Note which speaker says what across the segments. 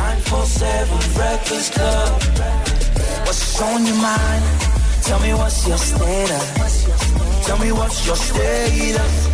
Speaker 1: 947 Breakfast Club. What's on your mind? Tell me what's your status. Tell me what's your status.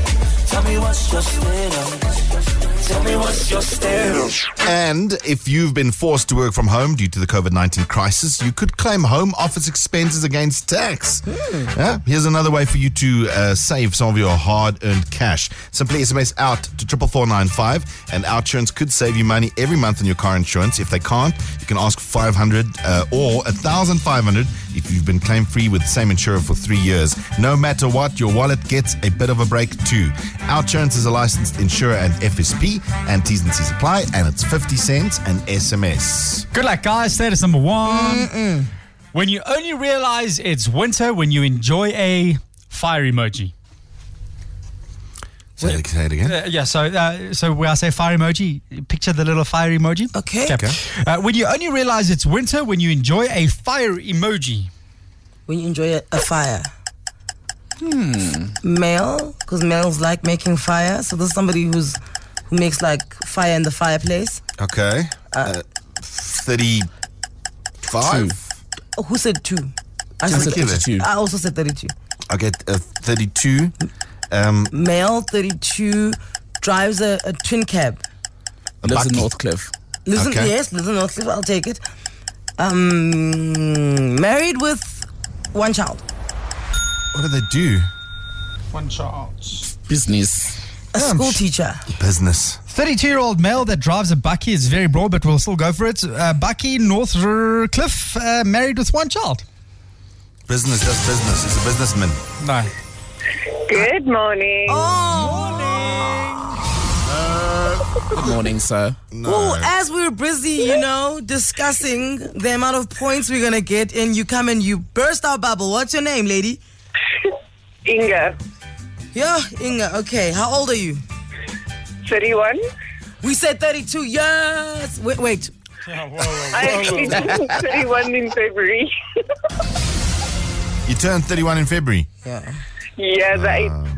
Speaker 1: Tell me what's your status. Tell me what's your status.
Speaker 2: And if you've been forced to work from home due to the COVID 19 crisis, you could claim home office expenses against tax. Yeah? Here's another way for you to uh, save some of your hard earned cash. Simply SMS out to 44495, and OutSurance could save you money every month on your car insurance. If they can't, you can ask 500 uh, or 1500 if you've been claim free with the same insurer for three years. No matter what, your wallet gets a bit of a break too. OutSurance is a licensed insurer and FSP, and T's and C's apply, and it's 50 cents an SMS.
Speaker 3: Good luck, guys. Status number one. When you only realize it's winter when you enjoy a fire emoji.
Speaker 2: Say it, say it again.
Speaker 3: Uh, yeah, so uh, so when I say fire emoji, picture the little fire emoji.
Speaker 4: Okay.
Speaker 2: Okay.
Speaker 3: Uh, when you only realize it's winter when you enjoy a fire emoji.
Speaker 4: When you enjoy a, a fire. Hmm. Male, because males like making fire. So this is somebody who's who makes like fire in the fireplace.
Speaker 2: Okay. Uh, 35?
Speaker 4: Oh, who said two? I,
Speaker 2: Just
Speaker 4: said
Speaker 2: kill it.
Speaker 4: I also said 32.
Speaker 2: Okay, uh, 32. Um,
Speaker 4: Male, 32, drives a, a twin cab.
Speaker 2: a
Speaker 5: Lives in
Speaker 2: bucky.
Speaker 5: Northcliffe.
Speaker 4: Listen,
Speaker 2: Okay.
Speaker 4: yes, listen, Northcliffe, I'll take it. Um, married with one child.
Speaker 2: What do they do?
Speaker 3: One chance.
Speaker 5: Business.
Speaker 4: A school teacher.
Speaker 2: Business.
Speaker 3: 32 year old male that drives a Bucky is very broad, but we'll still go for it. Uh, Bucky Northcliffe, uh, married with one child.
Speaker 2: Business does business. He's a businessman.
Speaker 3: No.
Speaker 6: Good morning.
Speaker 4: Oh.
Speaker 5: Good morning, sir.
Speaker 4: Oh, as we were busy, you know, discussing the amount of points we're gonna get, and you come and you burst our bubble. What's your name, lady?
Speaker 6: Inga,
Speaker 4: Yeah, Inga. Okay, how old are you?
Speaker 6: 31.
Speaker 4: We said 32 years. Wait, wait.
Speaker 6: I
Speaker 4: Oh.
Speaker 6: actually turned 31 in February.
Speaker 2: You turned 31 in February. Uh,
Speaker 4: Yeah.
Speaker 6: yeah, right.
Speaker 4: Ah.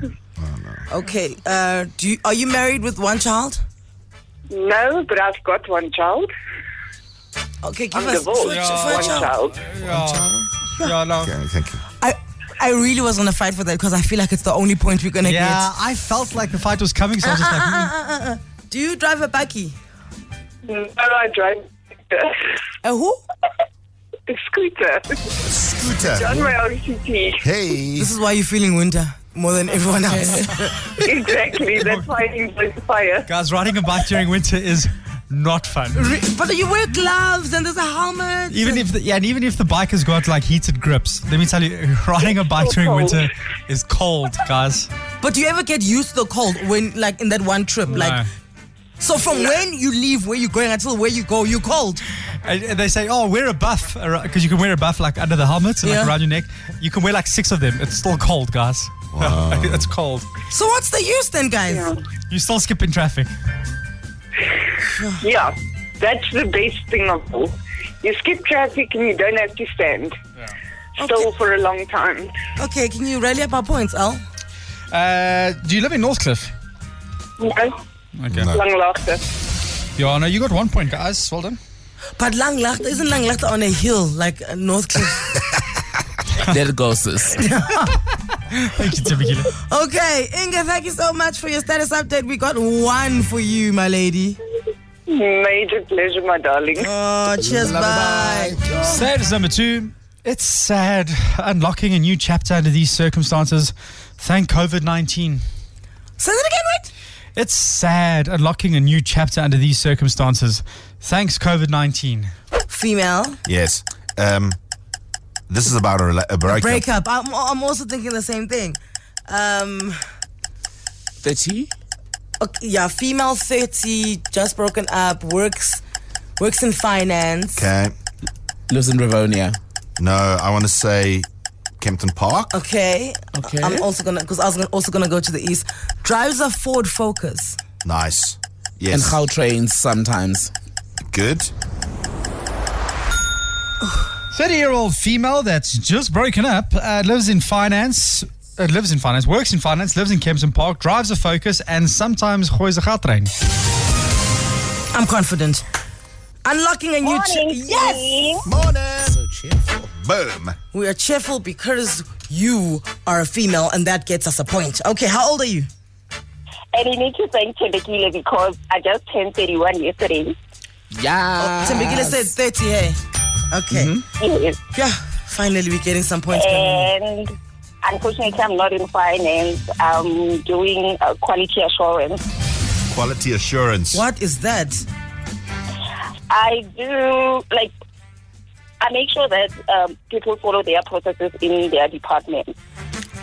Speaker 4: Okay. Uh, do you, are you married with one child?
Speaker 6: No, but I've got one child.
Speaker 4: Okay, give
Speaker 6: I'm
Speaker 4: us
Speaker 6: divorced.
Speaker 4: for a ch- for a
Speaker 6: One
Speaker 4: child.
Speaker 6: child.
Speaker 3: Yeah. Yeah, no.
Speaker 2: Okay, thank you.
Speaker 4: I, I really was gonna fight for that because I feel like it's the only point we're gonna
Speaker 3: Yeah, I felt like the fight was coming, so I was just like, mm.
Speaker 4: get. Do you drive a buggy?
Speaker 6: No, I drive a
Speaker 4: A who?
Speaker 6: scooter on
Speaker 2: Scooter.
Speaker 6: my OCT.
Speaker 2: Hey.
Speaker 4: This is why you're feeling winter more than everyone else.
Speaker 6: Exactly. That's why I enjoy the fire.
Speaker 3: Guys, riding a bike during winter is not fun.
Speaker 4: but you wear gloves and there's a helmet.
Speaker 3: Even if the, yeah, and even if the bike has got like heated grips, let me tell you, riding a bike during
Speaker 6: cold.
Speaker 3: winter is cold, guys.
Speaker 4: But do you ever get used to the cold when, like, in that one trip? Like, so from when you leave where you're going until where you go, you're cold.
Speaker 3: And- and they say, oh, wear a buff because you can wear a buff like under the helmet and
Speaker 4: Yeah.
Speaker 3: like around your neck. You can wear like six of them. It's still cold, guys. it's cold.
Speaker 4: So what's the use then, guys?
Speaker 3: You still skip in traffic.
Speaker 6: Yeah, that's the best thing of all. You skip traffic and you don't have to stand still for a long time.
Speaker 4: Okay, can you rally up our points, Al?
Speaker 3: Uh, do you live in Northcliffe?
Speaker 6: No,
Speaker 3: Okay.
Speaker 2: No.
Speaker 6: long laughter.
Speaker 3: Yeah, no, you got one point, guys. Well done.
Speaker 4: But Langlacht isn't Langlacht on a hill like uh, North Cliff.
Speaker 5: Let it go, sis.
Speaker 3: Thank you, Timmy. Keeler.
Speaker 4: okay, Inga, thank you so much for your status update. We got one for you, my lady.
Speaker 6: Major pleasure, my darling.
Speaker 4: Oh, cheers, bye.
Speaker 3: Status number two. It's sad unlocking a new chapter under these circumstances. Thank COVID 19.
Speaker 4: Say that again, wait.
Speaker 3: It's sad unlocking a new chapter under these circumstances. Thanks, COVID 19.
Speaker 4: Female
Speaker 2: Yes. Um, this is about a, rela- a breakup.
Speaker 4: breakup. I'm, I'm also thinking the same thing. Um,
Speaker 5: 30?
Speaker 4: okay, yeah, female 30, just broken up, works works in finance.
Speaker 2: Okay.
Speaker 5: Lives in Rivonia.
Speaker 2: No, I want to say Kempton Park.
Speaker 4: Okay.
Speaker 5: Okay.
Speaker 4: I'm also gonna because I was gonna- also gonna go to the east. Drives a Ford Focus.
Speaker 2: Nice.
Speaker 5: And
Speaker 2: Yes.
Speaker 5: how trains sometimes.
Speaker 2: Good.
Speaker 3: 30 year old female that's just broken up, uh, lives in finance, uh, lives in finance, works in finance, lives in Kempton Park, drives a Focus, and sometimes gooi ze gaat train.
Speaker 4: I'm confident. Unlocking a new. Ch-
Speaker 7: Yes.
Speaker 2: Morning. So cheerful. Boom.
Speaker 4: we are cheerful because you are a female, and that gets us a point. Okay. How old are you?
Speaker 7: And you need to thank Tendekile because I just turned 31 yesterday.
Speaker 5: Yeah.
Speaker 4: Tembegile said 30. Hey. Okay.
Speaker 7: Mm-hmm. Yes.
Speaker 4: Yeah. Finally, we're getting some points. going.
Speaker 7: And unfortunately, I'm not in finance. I'm doing uh, quality assurance.
Speaker 2: Quality assurance.
Speaker 4: What is that?
Speaker 7: I do like I make sure that um, people follow their processes in their department.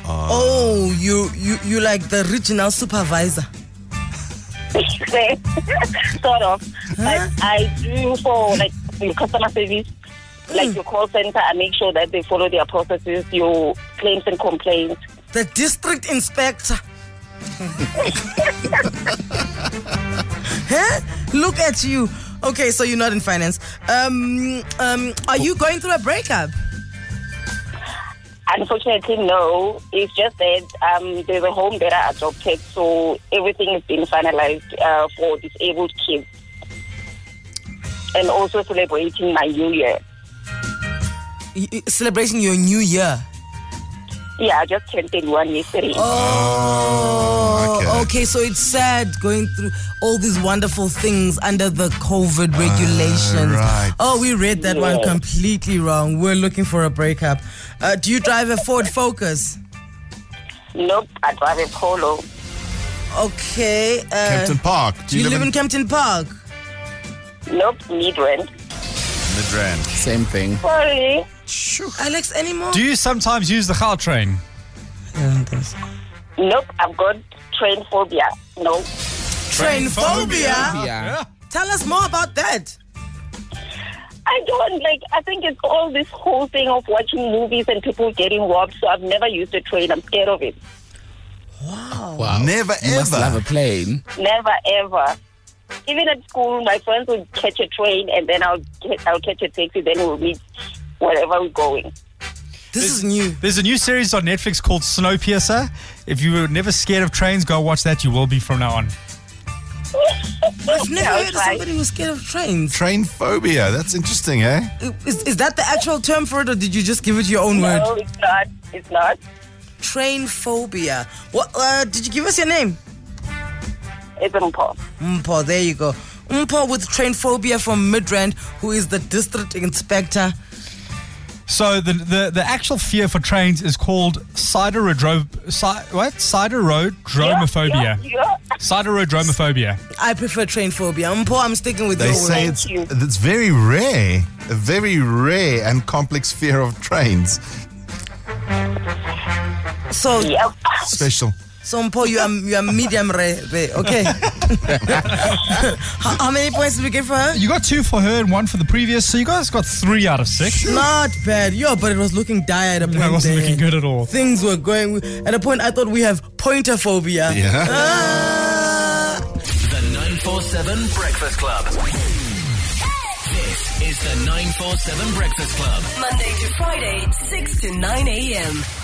Speaker 4: Oh, you you you like the regional supervisor.
Speaker 7: sort of, but I do for like your customer service, like your call center. I make sure that they follow their processes, your claims and complaints.
Speaker 4: The district inspector. huh? Look at you. Okay, so you're not in finance. Um, um, are you going through a breakup?
Speaker 7: Unfortunately, no. It's just that um, there's a home that I adopted, so everything is being finalized uh, for disabled kids, and also celebrating my new year.
Speaker 4: Y- y- Celebrating your new year.
Speaker 7: Yeah, I just turned 31 yesterday.
Speaker 4: Oh,
Speaker 2: okay.
Speaker 4: okay. So it's sad going through all these wonderful things under the COVID regulations.
Speaker 2: right.
Speaker 4: Oh, we read that one completely wrong. We're looking for a breakup. Uh, do you drive a Ford Focus?
Speaker 7: Nope, I drive a Polo.
Speaker 4: Okay. Uh,
Speaker 2: Kempton Park.
Speaker 4: do you, live, in Kempton Park?
Speaker 7: Nope, Midrand.
Speaker 2: Midrand?
Speaker 5: Same thing.
Speaker 7: Sorry.
Speaker 4: Alex, anymore?
Speaker 3: Do you sometimes use the Gaal train?
Speaker 7: Nope, I've got train phobia. No.
Speaker 4: Train phobia.
Speaker 5: Yeah.
Speaker 4: Tell us more about that.
Speaker 7: I don't like I think it's all this whole thing of watching movies and people getting robbed, so I've never used a train. I'm scared of it.
Speaker 5: Wow.
Speaker 2: Never
Speaker 5: You must
Speaker 2: ever.
Speaker 5: love a plane.
Speaker 7: Never ever. Even at school my friends would catch a train and then I'll get, I'll catch a taxi, then we'll meet wherever we're going.
Speaker 4: This is new.
Speaker 3: There's a new series on Netflix called Snowpiercer. If you were never scared of trains, go watch that. You will be from now on.
Speaker 4: I've never
Speaker 7: I'll
Speaker 4: heard of
Speaker 7: try.
Speaker 4: somebody who's scared of trains.
Speaker 2: Train phobia. That's interesting, eh?
Speaker 4: Is, is that the actual term for it, or did you just give it your own word?
Speaker 7: No, it's not. It's not.
Speaker 4: Train phobia. What? Uh, did you give us your name?
Speaker 7: It's impossible.
Speaker 4: Mpo, there you go. Mpo with train phobia from Midrand, who is the district inspector.
Speaker 3: So the the, the actual fear for trains is called siderodro, si, what siderodromophobia.
Speaker 7: Yeah, yeah.
Speaker 3: Siderodromophobia.
Speaker 4: I prefer train phobia. Mpo, I'm sticking with
Speaker 2: They
Speaker 4: your
Speaker 2: say
Speaker 4: word.
Speaker 2: it's it's very rare, a very rare and complex fear of trains.
Speaker 4: So,
Speaker 7: Yep.
Speaker 2: Special.
Speaker 4: so Mpo, you are you are medium rare. rare, Okay. how, how many points did we get for her?
Speaker 3: You got two for her and one for the previous, so you guys got three out of six.
Speaker 4: Not bad, yo, but it was looking dire at a point.
Speaker 3: That wasn't
Speaker 4: there.
Speaker 3: looking good at all.
Speaker 4: Things were going at a point. I thought we have pointer phobia.
Speaker 2: Yeah.
Speaker 4: Ah.
Speaker 8: The 947 Breakfast Club. This is the 947 Breakfast Club.
Speaker 9: Monday to Friday, 6 to 9 a.m.